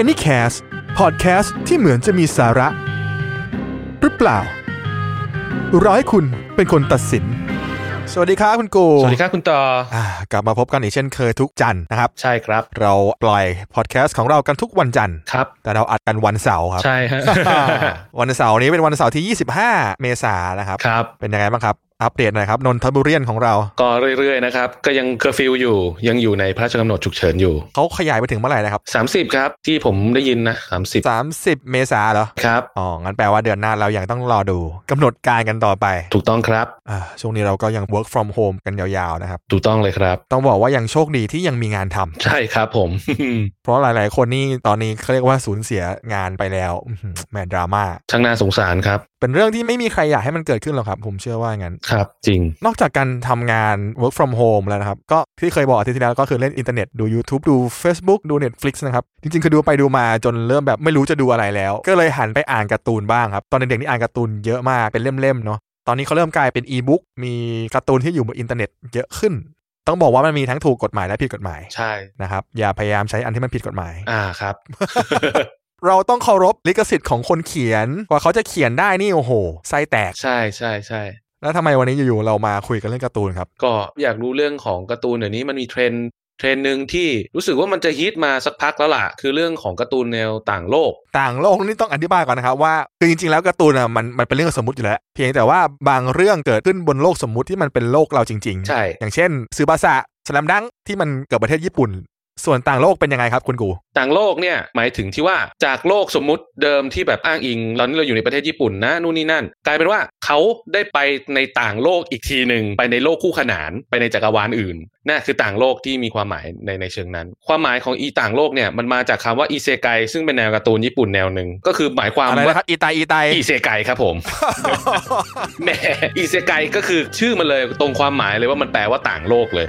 Anycast พอดแคสต์ที่เหมือนจะมีสาระ หรือเปล่า ร้อยคุณเป็นคนตัดสิน สวัสดีครับคุณกู สวัสดีครับคุณต่อ อ่ากลับมาพบกันอีกเช่นเคยทุกจันทร์นะครับ ใช่ครับ เราปล่อยพอดแคสต์ของเรากันทุกวันจันทร์ ครับ แต่เราอัดกันวันเสาร์ครับ ใช่ฮะ วันเสาร์นี้เป็นวันเสาร์ที่ 25 เมษายนนะครับ ครับ เป็นยังไงบ้างครับ อัปเดตหน่อยครับ นนทบุรียนของเรา ก็เรื่อยๆนะครับ ก็ยังเคอร์ฟิวอยู่ ยังอยู่ในพระราชกำหนดฉุกเฉินอยู่ เขาขยายไปถึงเมื่อไหร่นะครับ 30 ครับ ที่ผมได้ยินนะ 30 30 เมษายนเหรอ ครับ อ๋อ งั้นแปลว่าเดือนหน้าเรายังต้องรอดูกำหนดการกันต่อไป ถูกต้องครับ อ่า ช่วงนี้เราก็ยัง work from home กันยาวๆนะครับ ถูกต้องเลยครับ ต้องบอกว่ายังโชคดีที่ยังมีงานทำ ใช่ครับผม เพราะหลายๆ คนนี่ตอนนี้เขาเรียกว่าสูญเสียงานไปแล้วอื้อหือแหมดราม่า ช่างน่าสงสารครับ เป็นเรื่องที่ไม่มีใครอยากให้มันเกิดขึ้นหรอกครับ ผมเชื่อว่างั้น ครับ จริง นอกจากการทำงาน work from home แล้วนะครับ ก็ที่เคยบอกอาทิตย์ที่แล้วก็คือเล่นอินเทอร์เน็ตดู YouTube ดู Facebook ดู Netflix นะครับ จริงๆ คือดูไปดูมาจนเริ่มแบบไม่รู้จะดูอะไรแล้ว ก็เลยหันไปอ่านการ์ตูนบ้างครับ ตอนเด็กๆนี่อ่านการ์ตูนเยอะมากเป็นเล่มๆเนาะตอนนี้เขาเริ่มกลายเป็นอีบุ๊กมีการ์ตูนที่อยู่บนอินเทอร์เน็ตเยอะขึ้น ต้องบอกว่ามันมีทั้งถูกกฎหมายและผิดกฎหมาย ใช่ นะครับอย่าพยายามใช้อันที่มันผิดกฎหมาย อ่าครับ เราต้องเคารพลิขสิทธิ์ของคนเขียนกว่าเขาจะเขียนได้นี่โอ้โหไส้แตก ใช่ใช่ใช่ แล้วทำไมวันนี้อยู่ๆเรามาคุยกันเรื่องการ์ตูนครับ ก็อยากรู้เรื่องของการ์ตูนเดี๋ยวนี้มันมีเทรนด์เทรนด์หนึ่งที่รู้สึกว่ามันจะฮิตมาสักพักแล้วล่ะ คือเรื่องของการ์ตูนแนวต่างโลก ต่างโลกนี่ต้องอธิบายก่อนนะครับว่าคือจริงๆแล้วการ์ตูนอะมันมันเป็นเรื่องสมมติอยู่แล้ว เพียงแต่ว่าบางเรื่องเกิดขึ้นบนโลกสมมุติที่มันเป็นโลกเราจริง ๆ ใช่ อย่างเช่นซูบาสะสลัมดังที่มันเกิดประเทศญี่ปุ่น ส่วนต่างโลกเป็นยังไงครับคุณกู ต่างโลกเนี่ยหมายถึงที่ว่าจากโลกสมมุติเดิมที่แบบอ้างอิงตอนนี้เราอยู่ในประเทศญี่ปุ่นนะนู่นนี่นั่น กลายเป็นว่าเขาได้ไปในต่างโลกอีกทีหนึ่งไปในโลกคู่ขนานไปในจักรวาลอื่นนั่นคือต่างโลกที่มีความหมายในในเชิงนั้น ความหมายของอีต่างโลกเนี่ยมันมาจากคำว่าอีเซไกซึ่งเป็นแนวการ์ตูนญี่ปุ่นแนวหนึ่งก็คือหมายความ อะไร ว่า นะครับอีไตอีไต อีเซไกครับ ผม แหม่อีเซไกก็คือชื่อมันเลยตรงความหมายเลยว่ามันแปลว่าต่างโลกเลย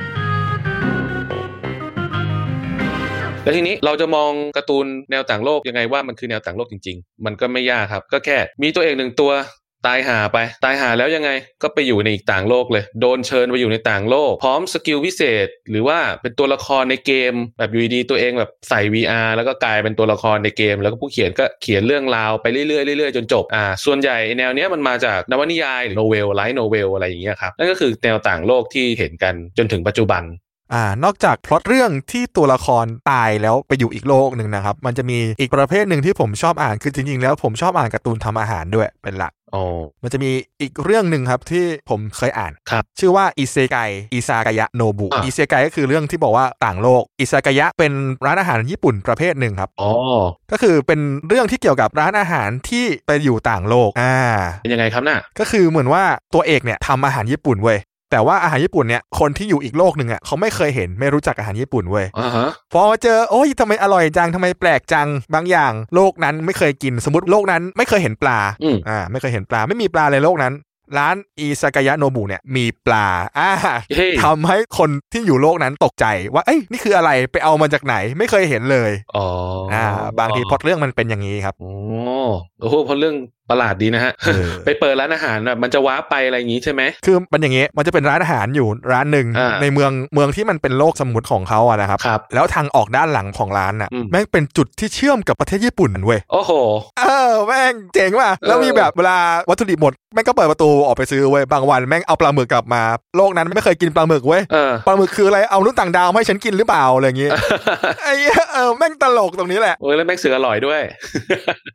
แล้วทีนี้เราจะมองการ์ตูนแนวต่างโลกยังไงว่ามันคือแนวต่างโลกจริง ๆ มันก็ไม่ยากครับ ก็แค่มีตัวเองหนึ่งตัวตายหาไป ตายหาแล้วยังไงก็ไปอยู่ในอีกต่างโลกเลย โดนเชิญไปอยู่ในต่างโลก พร้อมสกิลพิเศษ หรือว่าเป็นตัวละครในเกม แบบอยู่ดีๆตัวเองแบบใส่ VR แล้วก็กลายเป็นตัวละครในเกม แล้วก็ผู้เขียนก็เขียนเรื่องราวไปเรื่อยๆเรื่อยๆจนจบอ่าส่วนใหญ่แนวเนี้ยมันมาจากนวนิยายหรือโนเวลไลท์โนเวลอะไรอย่างเงี้ยครับนั่นก็คือแนวต่างโลกที่เห็นกันจนถึงปัจจุบัน อ่านอกจากพล็อตเรื่องที่ตัวละครตายแล้วไปอยู่อีกโลกหนึ่งนะครับ มันจะมีอีกประเภทหนึ่งที่ผมชอบอ่านคือจริงๆแล้วผมชอบอ่านการ์ตูนทำอาหารด้วยเป็นหลัก อ๋อ มันจะมีอีกเรื่องหนึ่งครับที่ผมเคยอ่าน ครับ ชื่อว่าอิเซไกอิซากายะโนบุ อ่ะ อิเซไกก็คือเรื่องที่บอกว่าต่างโลกอิซากายะเป็นร้านอาหารญี่ปุ่นประเภทหนึ่งครับ อ๋อ ก็คือเป็นเรื่องที่เกี่ยวกับร้านอาหารที่ไปอยู่ต่างโลกอ่า เป็นยังไงครับน่ะ ก็คือเหมือนว่าตัวเอกเนี่ยทำอาหารญี่ปุ่นเว้ยแต่ว่าอาหารญี่ปุ่นเนี่ยคนที่อยู่อีกโลกหนึ่งอ่ะเขาไม่เคยเห็นไม่รู้จักอาหารญี่ปุ่นเว้ย อ่าฮะ พอมาเจอโอ้ยทำไมอร่อยจังทำไมแปลกจังบางอย่าง โลกนั้นไม่เคยกินสมมติโลกนั้นไม่เคยเห็นปลา อืม อ่าไม่เคยเห็นปลาไม่มีปลาในโลกนั้น ร้านอิซากายะโนบุเนี่ยมีปลาอ่า เฮ้ย ทำให้คนที่อยู่โลกนั้นตกใจว่าเอ้ยนี่คืออะไรไปเอามาจากไหนไม่เคยเห็นเลย อ๋ออ่า อ่าบางทีพล็อตเรื่องมันเป็นอย่างนี้ครับ โอ้โอ้โหเพราะเรื่องประหลาดดีนะฮะ เออ ไปเปิดร้านอาหารแบบมันจะว้าร์ปไปอะไรอย่างงี้ใช่ไหม คือมันอย่างนี้มันจะเป็นร้านอาหารอยู่ร้านหนึ่ง อ่า ในเมืองเมืองที่มันเป็นโลกสมมุติของเขาอะนะครับ ครับ แล้วทางออกด้านหลังของร้านน่ะ อืม แม่งเป็นจุดที่เชื่อมกับประเทศญี่ปุ่นเว้ย โอ้โห เออแม่งเจ๋งว่ะแล้วมีแบบเวลาวัตถุดิบหมดแม่งก็เปิดประตูออกไปซื้อเว้ยบางวันแม่งเอาปลาหมึกกลับมาโลกนั้นไม่เคยกินปลาหมึกเว้ย เอ อ ปลาหมึกคืออะไร เอามนุษย์ต่างดาวมาให้ฉันกินหรือเปล่าอะไรอย่างงี้ ไอ้เหี้ยเออแม่งตลกตรงนี้แหละ โอ้ยแล้วแม็กเสืออร่อยด้วย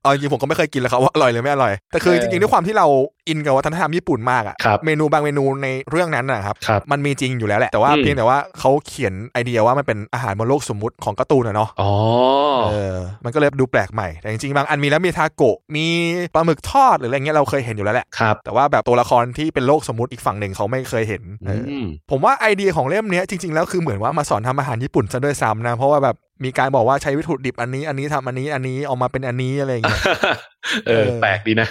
เอาจริงๆผมก็ไม่เคยกินเลยครับว่าอร่อยหรือไม่อร่อย แต่คือ เออ จริงๆด้วยความที่เราอินกับวัฒนธรรมญี่ปุ่นมากอะ ครับ เมนูบางเมนูในเรื่องนั้นนะครับ ครับ มันมีจริงอยู่แล้วแหละ แต่ว่า อืม เพียงแต่ว่าเขาเขียนไอเดียว่ามันเป็นอาหารบนโลกสมมุติของการ์ตูนอะเนาะ อ๋อ เออ มันก็เลยดูแปลกใหม่ แต่จริงๆบางอันมีแล้วมีทาโกะ มีปลาหมึกทอดหรืออะไรเงี้ยเราเคยเห็นอยู่แล้วแหละ ครับ แต่ว่าแบบตัวละครที่เป็นโลกสมมุติอีกฝั่งหนึ่งเขาไม่เคยเห็นเอออ อืม ผมว่าไอเดียของเล่มเนี้ยจริงๆแล้วคือเหมือนว่ามาสอนทำอาหารญี่ปุ่นซะด้วยซ้ำนะ เพราะว่าแบบมีการบอกว่าใช้วัตถุดิบอันนี้อันนี้ทำอันนี้อันนี้เออกมาเป็นอันนี้อะไรอย่างเงี้ย เออ แปลกดีนะ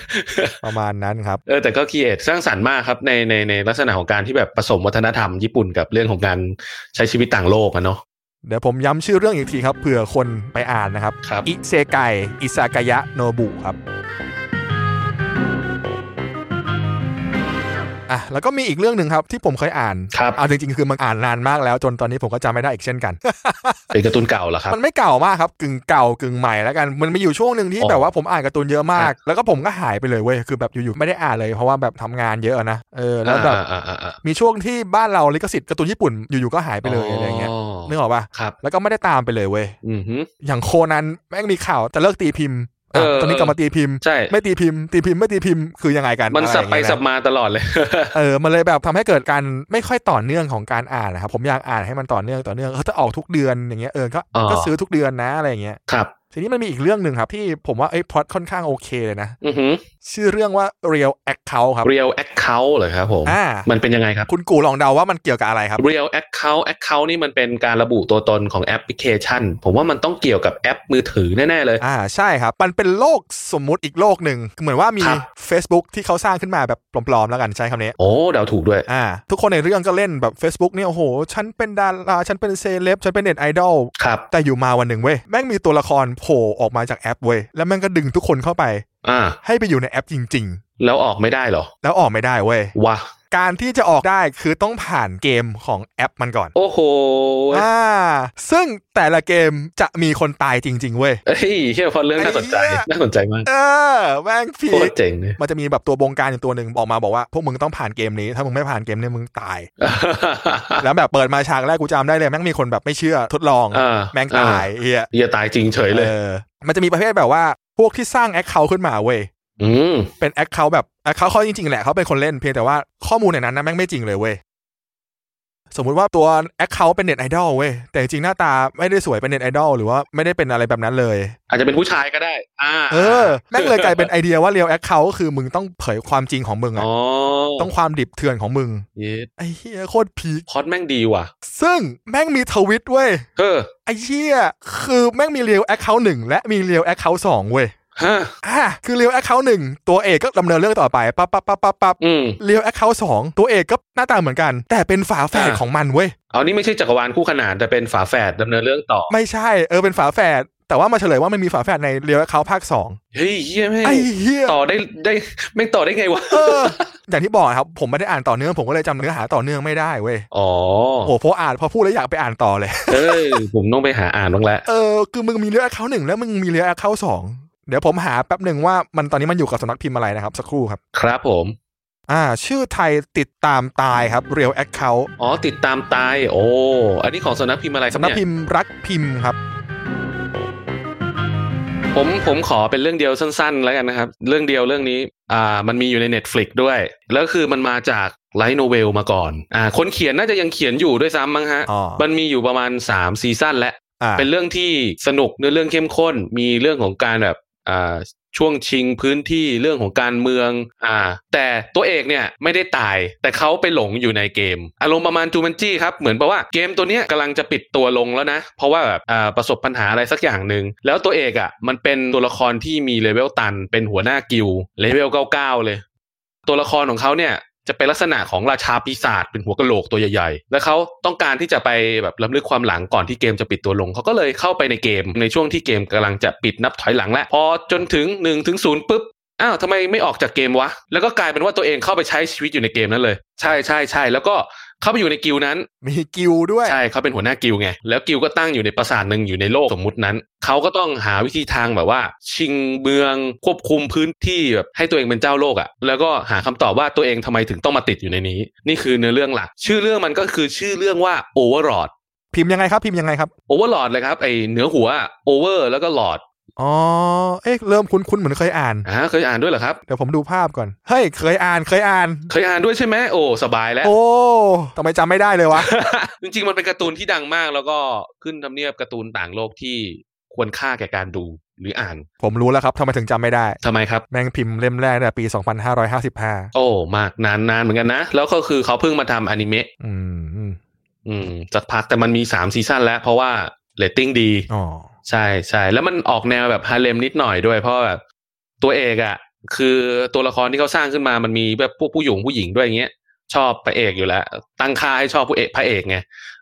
ประมาณนั้นครับ เออแต่ก็คีเอทสร้างสรรค์มากครับในในในลักษณะของการที่แบบผสมวัฒนธรรมญี่ปุ่นกับเรื่องของการใช้ชีวิตต่างโลกอะเนาะ เดี๋ยวผมย้ำชื่อเรื่องอีกทีครับเผื่อคนไปอ่านนะครับ ครับ อิเซไกอิซากายะโนบุครับ อ่ะแล้วก็มีอีกเรื่องหนึ่งครับที่ผมเคยอ่าน ครับ เอาจริงๆคือมันอ่านนานมากแล้วจนตอนนี้ผมก็จำไม่ได้อีกเช่นกัน เป็นการ์ตูนเก่าเหรอครับ มันไม่เก่ามากครับกึ่งเก่ากึ่งใหม่แล้วกันมันมีอยู่ช่วงหนึ่งที่ อ๋อ แบบว่าผมอ่านการ์ตูนเยอะมาก ครับ แล้วก็ผมก็หายไปเลยเว้ยคือแบบอยู่ๆไม่ได้อ่านเลยเพราะว่าแบบทำงานเยอะอะนะเออแล้วแบบ อ่าอ่าอ่า มีช่วงที่บ้านเราลิขสิทธิ์การ์ตูนญี่ปุ่นอยู่ๆก็หายไปเลยอะไรเงี้ยนึกออกปะ ครับ แล้วก็ไม่ได้ตามไปเลยเว้ย อือหือ อย่างโคนันแม่งมีข่าวจะเลิกตีพิมพ์อ่ะ เออ ตอนนี้กลับมาตีพิมพ์ ใช่ ไม่ตีพิมพ์ ตีพิมพ์ไม่ตีพิมพ์คือยังไงกัน มัน อะรอ สับ ย่าง ไป เงี้ยนะ สับมาตลอดเลย เออ มันเลยแบบทำให้เกิดการไม่ค่อยต่อเนื่องของการอ่านนะครับ ผมอยากอ่านให้มันต่อเนื่องต่อเนื่องเขาจะออกทุกเดือนอย่างเงี้ยเออก็ อ๋อ ก็ซื้อทุกเดือนนะอะไรอย่างเงี้ย ครับ ทีนี้มันมีอีกเรื่องหนึ่งครับ ที่ผมว่าไอ้พล็อตค่อนข้างโอเคเลยนะ อือหือ ชื่อเรื่องว่า Real Account ครับ real account เหรอครับผม อ่า มันเป็นยังไงครับ คุณกูลองเดาว่ามันเกี่ยวกับอะไรครับ real account account นี่มันเป็นการระบุตัวตนของแอปพลิเคชัน ผมว่ามันต้องเกี่ยวกับแอปมือถือแน่ ๆ เลย อ่าใช่ครับ มันเป็นโลกสมมุติอีกโลกหนึ่งเหมือนว่ามี ครับ Facebook ที่เขาสร้างขึ้นมาแบบปลอมๆแล้วกันใช้คำนี้ โอ้เดาถูกด้วย อ่า ทุกคนในเรื่องก็เล่นแบบ Facebook เนี่ยโอ้โหฉันเป็นดาราฉันเป็นเซเลบฉันเป็นเน็ตไอดอล ครับ แต่อยู่มาวันหนึ่งเว้ยแม่งมีตัวละครโผล่ออกมาจากแอปเว้ยแล้วแม่งก็ดึงทุกคนเข้าไป อ่า ให้ไปอยู่ในแอปจริง แล้วออกไม่ได้เหรอ ๆ แล้วออกไม่ได้เว้ยว ะ การที่จะออกได้คือต้องผ่านเกมของแอปมันก่อน โอ้โห อ่าซึ่งแต่ละเกมจะมีคนตายจริง ๆ เว้ย เอ้ยเชื่อพอเรื่องน่าสนใจ ไอ้เหี้ย น่าสนใจมาก เออแม่งพี โคต ค รเจ๋ง เลย มันจะมีแบบตัวบงการอยู่ตัวหนึ่งออกมาบอกว่า พวกมึงต้องผ่านเกมนี้ ถ้ามึงไม่ผ่านเกมนี้มึงตาย แล้วแบบเปิดมาฉากแรกกูจำได้เลยแม่งมีคนแบบไม่เชื่อทดลอง อ่า แม่งตายเฮีย เหี้ยตายจริงเฉยเลย เออมันจะมีประเภทแบบว่าพวกที่สร้างแอคเคาท์ขึ้นมาเว้ย อืม เป็นแอคเคาท์แบบแอคเคาท์เขาจริงๆแหละเขาเป็นคนเล่นเพียงแต่ว่าข้อมูลในนั้นนะแม่งไม่จริงเลยเว้ย สมมุติว่าตัวแอคเคาท์เป็นเน็ตไอดอลเว้ย แต่จริงๆหน้าตาไม่ได้สวยเป็นเน็ตไอดอลหรือว่าไม่ได้เป็นอะไรแบบนั้นเลย อาจจะเป็นผู้ชายก็ได้ อ่า เออ แม่งเลยกลายเป็นไอเดียว่าเรียลแอคเคาท์ก็คือมึงต้องเผยความจริงของมึงอะ อ๋อ ต้องความดิบเถื่อนของมึง เย็ด ไอ้เฮียโคตรพีค พล็อดแม่งดีว่ะ ซึ่งแม่งมีทวิตเว้ย เฮ้อ ไอ้เชี่ยคือแม่งมีเรียลแอคเคาท์หนึ่งและมีเรียลแอคเคาท์สองเว้ย ฮะ อ่ะคือเรียลแอคเคาท์หนึ่งตัวเอกก็ดำเนินเรื่องต่อไปปั๊บปั๊บปั๊บปั๊บปั๊บ อืม เรียวแอคเคาท์สองตัวเอกก็หน้าตาเหมือนกัน แต่เป็นฝาแฝด อ่า ของมันเว้ย เอานี่ไม่ใช่จักรวาลคู่ขนานแต่เป็นฝาแฝดดำเนินเรื่องต่อ ไม่ใช่เออเป็นฝาแฝดแต่ว่ามาเฉลยว่ามันมีฝาแฝดในเรียวแอคเคาท์ภาคสอง เฮ้ยเฮียแม่ง ไอ้เหี้ย ต่อได้ได้แม่งต่อได้ไงวะ เออ อย่างที่บอกครับ ผมไม่ได้อ่านต่อเนื่องผมก็เลยจำเนื้อหาต่อเนื่องไม่ได้เว้ย อ๋อ โอ้โหพออ่านพอพูดแล้วอยากไปอ่านต่อเลย เอ้ยผมต้องไปหาอ่านบ้างแล้ว เออคือมึงมีเรียวแอคเคาท์หนึ่งแล้วมึงมีเรียวแอคเคาท์สองเดี๋ยวผมหาแป๊บหนึ่งว่ามันตอนนี้มันอยู่กับสำนักพิมพ์อะไรนะครับสักครู่ครับ ครับผม อ่า ชื่อไทยติดตามตายครับเรียวแอคเคาท์ อ๋อติดตามตายโอ้อันนี้ของสำนักพิมพ์อะไรครับ สำนัก เนี่ย พิมพ์รักพิมพ์ครับ ผมผมขอเป็นเรื่องเดียวสั้นๆ แล้วกันนะครับ เรื่องเดียวเรื่องนี้อ่ามันมีอยู่ใน Netflix ด้วย แล้วคือมันมาจากไลท์โนเวลมาก่อนอ่าคนเขียนน่าจะยังเขียนอยู่ด้วยซ้ำมั้งฮะ อ๋อ มันมีอยู่ประมาณ 3 ซีซั่นและ อ่า เป็นเรื่องที่สนุกเนื้อเรื่องเข้มข้น มีเรื่องของการแบบอ่าช่วงชิงพื้นที่เรื่องของการเมืองอ่าแต่ตัวเอกเนี่ยไม่ได้ตาย แต่เขาไปหลงอยู่ในเกม อารมณ์ประมาณจูมันจี้ครับ เหมือนแปลว่าเกมตัวเนี้ยกำลังจะปิดตัวลงแล้วนะ เพราะว่าแบบอ่าประสบปัญหาอะไรสักอย่างหนึ่งแล้วตัวเอกอ่ะมันเป็นตัวละครที่มีเลเวลตัน เป็นหัวหน้ากิลด์เลเวล99 เลย ตัวละครของเขาเนี่ยจะเป็นลักษณะของราชาปีศาจเป็นหัวกะโหลกตัวใหญ่ๆ และเขาต้องการที่จะไปแบบล้ำลึกความหลังก่อนที่เกมจะปิดตัวลง เขาก็เลยเข้าไปในเกมในช่วงที่เกมกำลังจะปิดนับถอยหลังแล้วพอจนถึง1นถึงศูนย์ปุ๊บ อ้าวทำไมไม่ออกจากเกมวะ แล้วก็กลายเป็นว่าตัวเองเข้าไปใช้ชีวิตอยู่ในเกมนั้นเลย ใช่ใช่ใช่แล้วก็เข้าไปอยู่ในกิลด์นั้น มีกิลด์ด้วย ใช่เขาเป็นหัวหน้ากิลด์ไง แล้วกิลด์ก็ตั้งอยู่ในปราสาทหนึ่งอยู่ในโลกสมมุตินั้น เขาก็ต้องหาวิธีทางแบบว่า ชิงเมืองควบคุมพื้นที่แบบให้ตัวเองเป็นเจ้าโลกอะ่ะ แล้วก็หาคำตอบว่าตัวเองทำไมถึงต้องมาติดอยู่ในนี้ นี่คือเนื้อเรื่องหลัก ชื่อเรื่องมันก็คือชื่อเรื่องว่า Overlord พิมพ์ยังไงครับพิมพ์ยังไงครับ Overlord เลยครับไอเหนือหัว Over แล้วก็ Lord อ๋อ เอ๊ะ เริ่มคุ้นคุ้นๆเหมือนเคยอ่าน อ่าเคยอ่านด้วยเหรอครับ เดี๋ยวผมดูภาพก่อน เฮ้ย เคยอ่าน เคยอ่าน เคยอ่านด้วยใช่ไหมโอ้สบายแล้ว โอ้ ทำไมจำไม่ได้เลยวะ จริงๆ มันเป็นการ์ตูนที่ดังมาก แล้วก็ขึ้นทำเนียบการ์ตูนต่างโลกที่ควรค่าแก่การดูหรืออ่าน ผมรู้แล้วครับ ทำไมถึงจำไม่ได้ ทำไมครับ แม่งพิมพ์เล่มแรกเนี่ยปี 2555 โอ้มากนานนานเหมือนกันนะ แล้วก็คือเขาเพิ่งมาทำอนิเมะ อืม อืมสักพักแต่มันมี 3 ซีซั่นแล้ว เพราะว่าเรตติ้งดี อ๋อ ใช่ใช่แล้วมันออกแนวแบบฮาเลมนิดหน่อยด้วย เพราะแบบตัวเอกอะ่ะ คือตัวละครที่เขาสร้างขึ้นมามันมีแบบพวกผู้หญิงผู้หญิงด้วยอย่างเงี้ยชอบพระเอกอยู่แล้ว ตั้งค่าให้ชอบผู้เอกพระเอกไง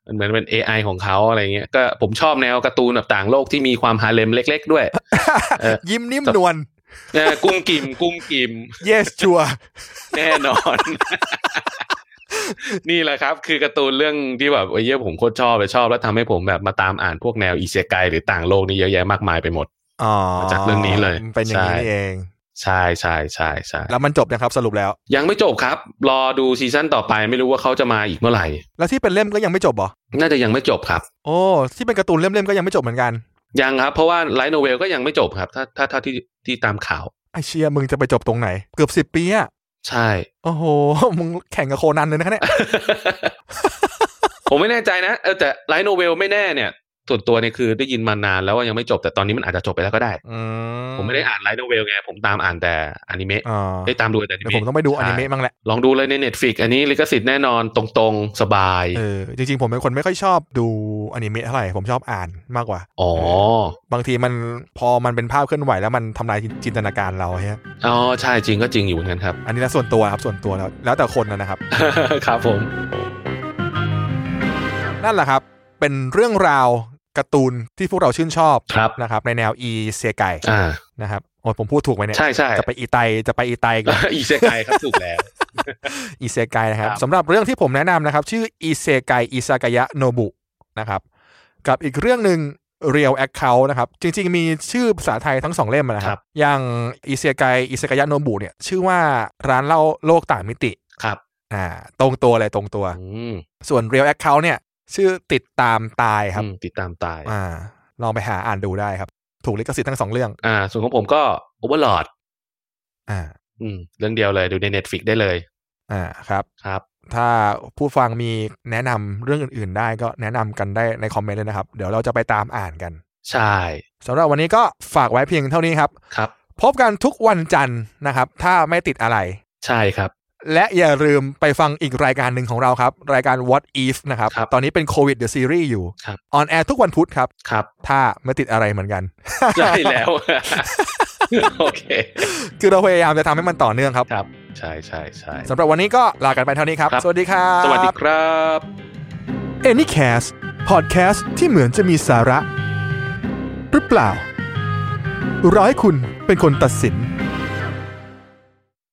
มันเหมือนเป็น AI ของเขาอะไรเงี้ยก็ผมชอบแนวการ์ตูนแบบต่างโลกที่มีความฮาเลมเล็ก ๆ ด้วย เออ ยิ้มนิ่มนวล เออกุ้งกิ่มกุ้งกิ่ม yes ชัวร์ แน่นอน นี่แหละครับ คือการ์ตูนเรื่องที่แบบไอ้เยี่ยผมโคตรชอบเลยชอบแล้วทำให้ผมแบบมาตามอ่านพวกแนวอีเซไกหรือต่างโลกนี่เยอะแยะมากมายไปหมด อ๋อ มาจากเรื่องนี้เลย เป็นอย่างนี้ ใช่ นี่เอง ใช่ใช่ใช่ใช่ แล้วมันจบนะครับสรุปแล้ว ยังไม่จบครับ รอดูซีซั่นต่อไปไม่รู้ว่าเขาจะมาอีกเมื่อไหร่ แล้วที่เป็นเล่มก็ยังไม่จบเหรอ น่าจะยังไม่จบครับ โอ้ที่เป็นการ์ตูนเล่มๆก็ยังไม่จบเหมือนกัน ยังครับ เพราะว่าไลท์โนเวลก็ยังไม่จบครับ ถ้าถ้าถ้าที่ที่ตามข่าว ไอเชียมึงจะไปจบตรงไหน เกือบสิบปีอะ ใช่ โอ้โห มึงแข่งกับโคนันเลยนะคะเนี่ย ผมไม่แน่ใจนะเออแต่ไลท์โนเวลไม่แน่เนี่ยส่วนตัวเนี่ยคือได้ยินมานานแล้วว่ายังไม่จบแต่ตอนนี้มันอาจจะจบไปแล้วก็ได้ อื ผมไม่ได้อ่านไลท์โนเวลไง ผมตามอ่านแต่อนิเมะ อ่า ได้ตามดูแต่อนิ เดี๋ยว เมะ ผมต้องไปดูอนิเมะบ้างแหละ ลองดูเลยใน Netflix อันนี้ลิขสิทธิ์แน่นอนตรงๆ สบาย เออจริงๆ ผมเป็นคนไม่ค่อยชอบดูอนิเมะเท่าไหร่ ผมชอบอ่านมากกว่า อ๋อ บางทีมันพอมันเป็นภาพเคลื่อนไหวแล้วมันทำลายจินตนาการเราใช่ อ๋อ ใช่จริงก็จริงอยู่เหมือนกันครับ อันนี้แล้วส่วนตัวครับส่วนตัวแล้วแล้วแต่คนนะครับ ครับผม นั่นแหละครับ เป็นเรื่องราวการ์ตูนที่พวกเราชื่นชอบ ครับ นะครับในแนวอีเซไก อ่า นะครับโอ้ยผมพูดถูกไหมเนี่ย ใช่ใช่ จะไปอีไตจะไปอีไตอีกแล้ว อีเซไกครับถูกแล้ว อีเซไกนะครับ ครับ สำหรับเรื่องที่ผมแนะนำนะครับ ชื่ออีเซไกอิซากายะโนบุนะครับกับอีกเรื่องหนึ่ง Real Account นะครับจริงๆ มีชื่อภาษาไทยทั้งสองเล่มนะค ครั รับ บ อย่างอิเซไกอิซากายะโนบุเนี่ยชื่อว่าร้านเล่าโลกต่างมิติ ครับ อ่าตรงตัวเลยตรงตัว อืม ส่วน Real Account เนี่ยชื่อติดตามตายครับ อืมติดตามตาย อ่าลองไปหาอ่านดูได้ครับ ถูกลิขสิทธิ์ทั้งสองเรื่อง อ่า ส่วนของผมก็โอเวอร์ลอด อ่า อืม เรื่องเดียวเลยดูใน Netflix ได้เลย อ่าครับ ครับ ถ้าผู้ฟังมีแนะนำเรื่องอื่น ๆ ได้ก็แนะนำกันได้ในคอมเมนต์เลยนะครับ เดี๋ยวเราจะไปตามอ่านกัน ใช่ สำหรับวันนี้ก็ฝากไว้เพียงเท่านี้ครับ ครับ พบกันทุกวันจันทร์นะครับ ถ้าไม่ติดอะไร ใช่ครับ และอย่าลืมไปฟังอีกรายการหนึ่งของเราครับ รายการ What If นะครับ ครับ ตอนนี้เป็นโควิดเดอะซีรีส์อยู่ ครับ ออนแอร์ทุกวันพุธครับ ครับ ถ้าไม่ติดอะไรเหมือนกัน ใช่แล้ว โอเค คือเราพยายามจะทำให้มันต่อเนื่องครับ ครับ ใช่ใช่ใช่ สำหรับวันนี้ก็ลากันไปเท่านี้ครับ ครับ สวัสดีครับ สวัสดีครับ Anycast Podcast ที่เหมือนจะมีสาระ หรือเปล่า ร้อยคุณเป็นคนตัดสิน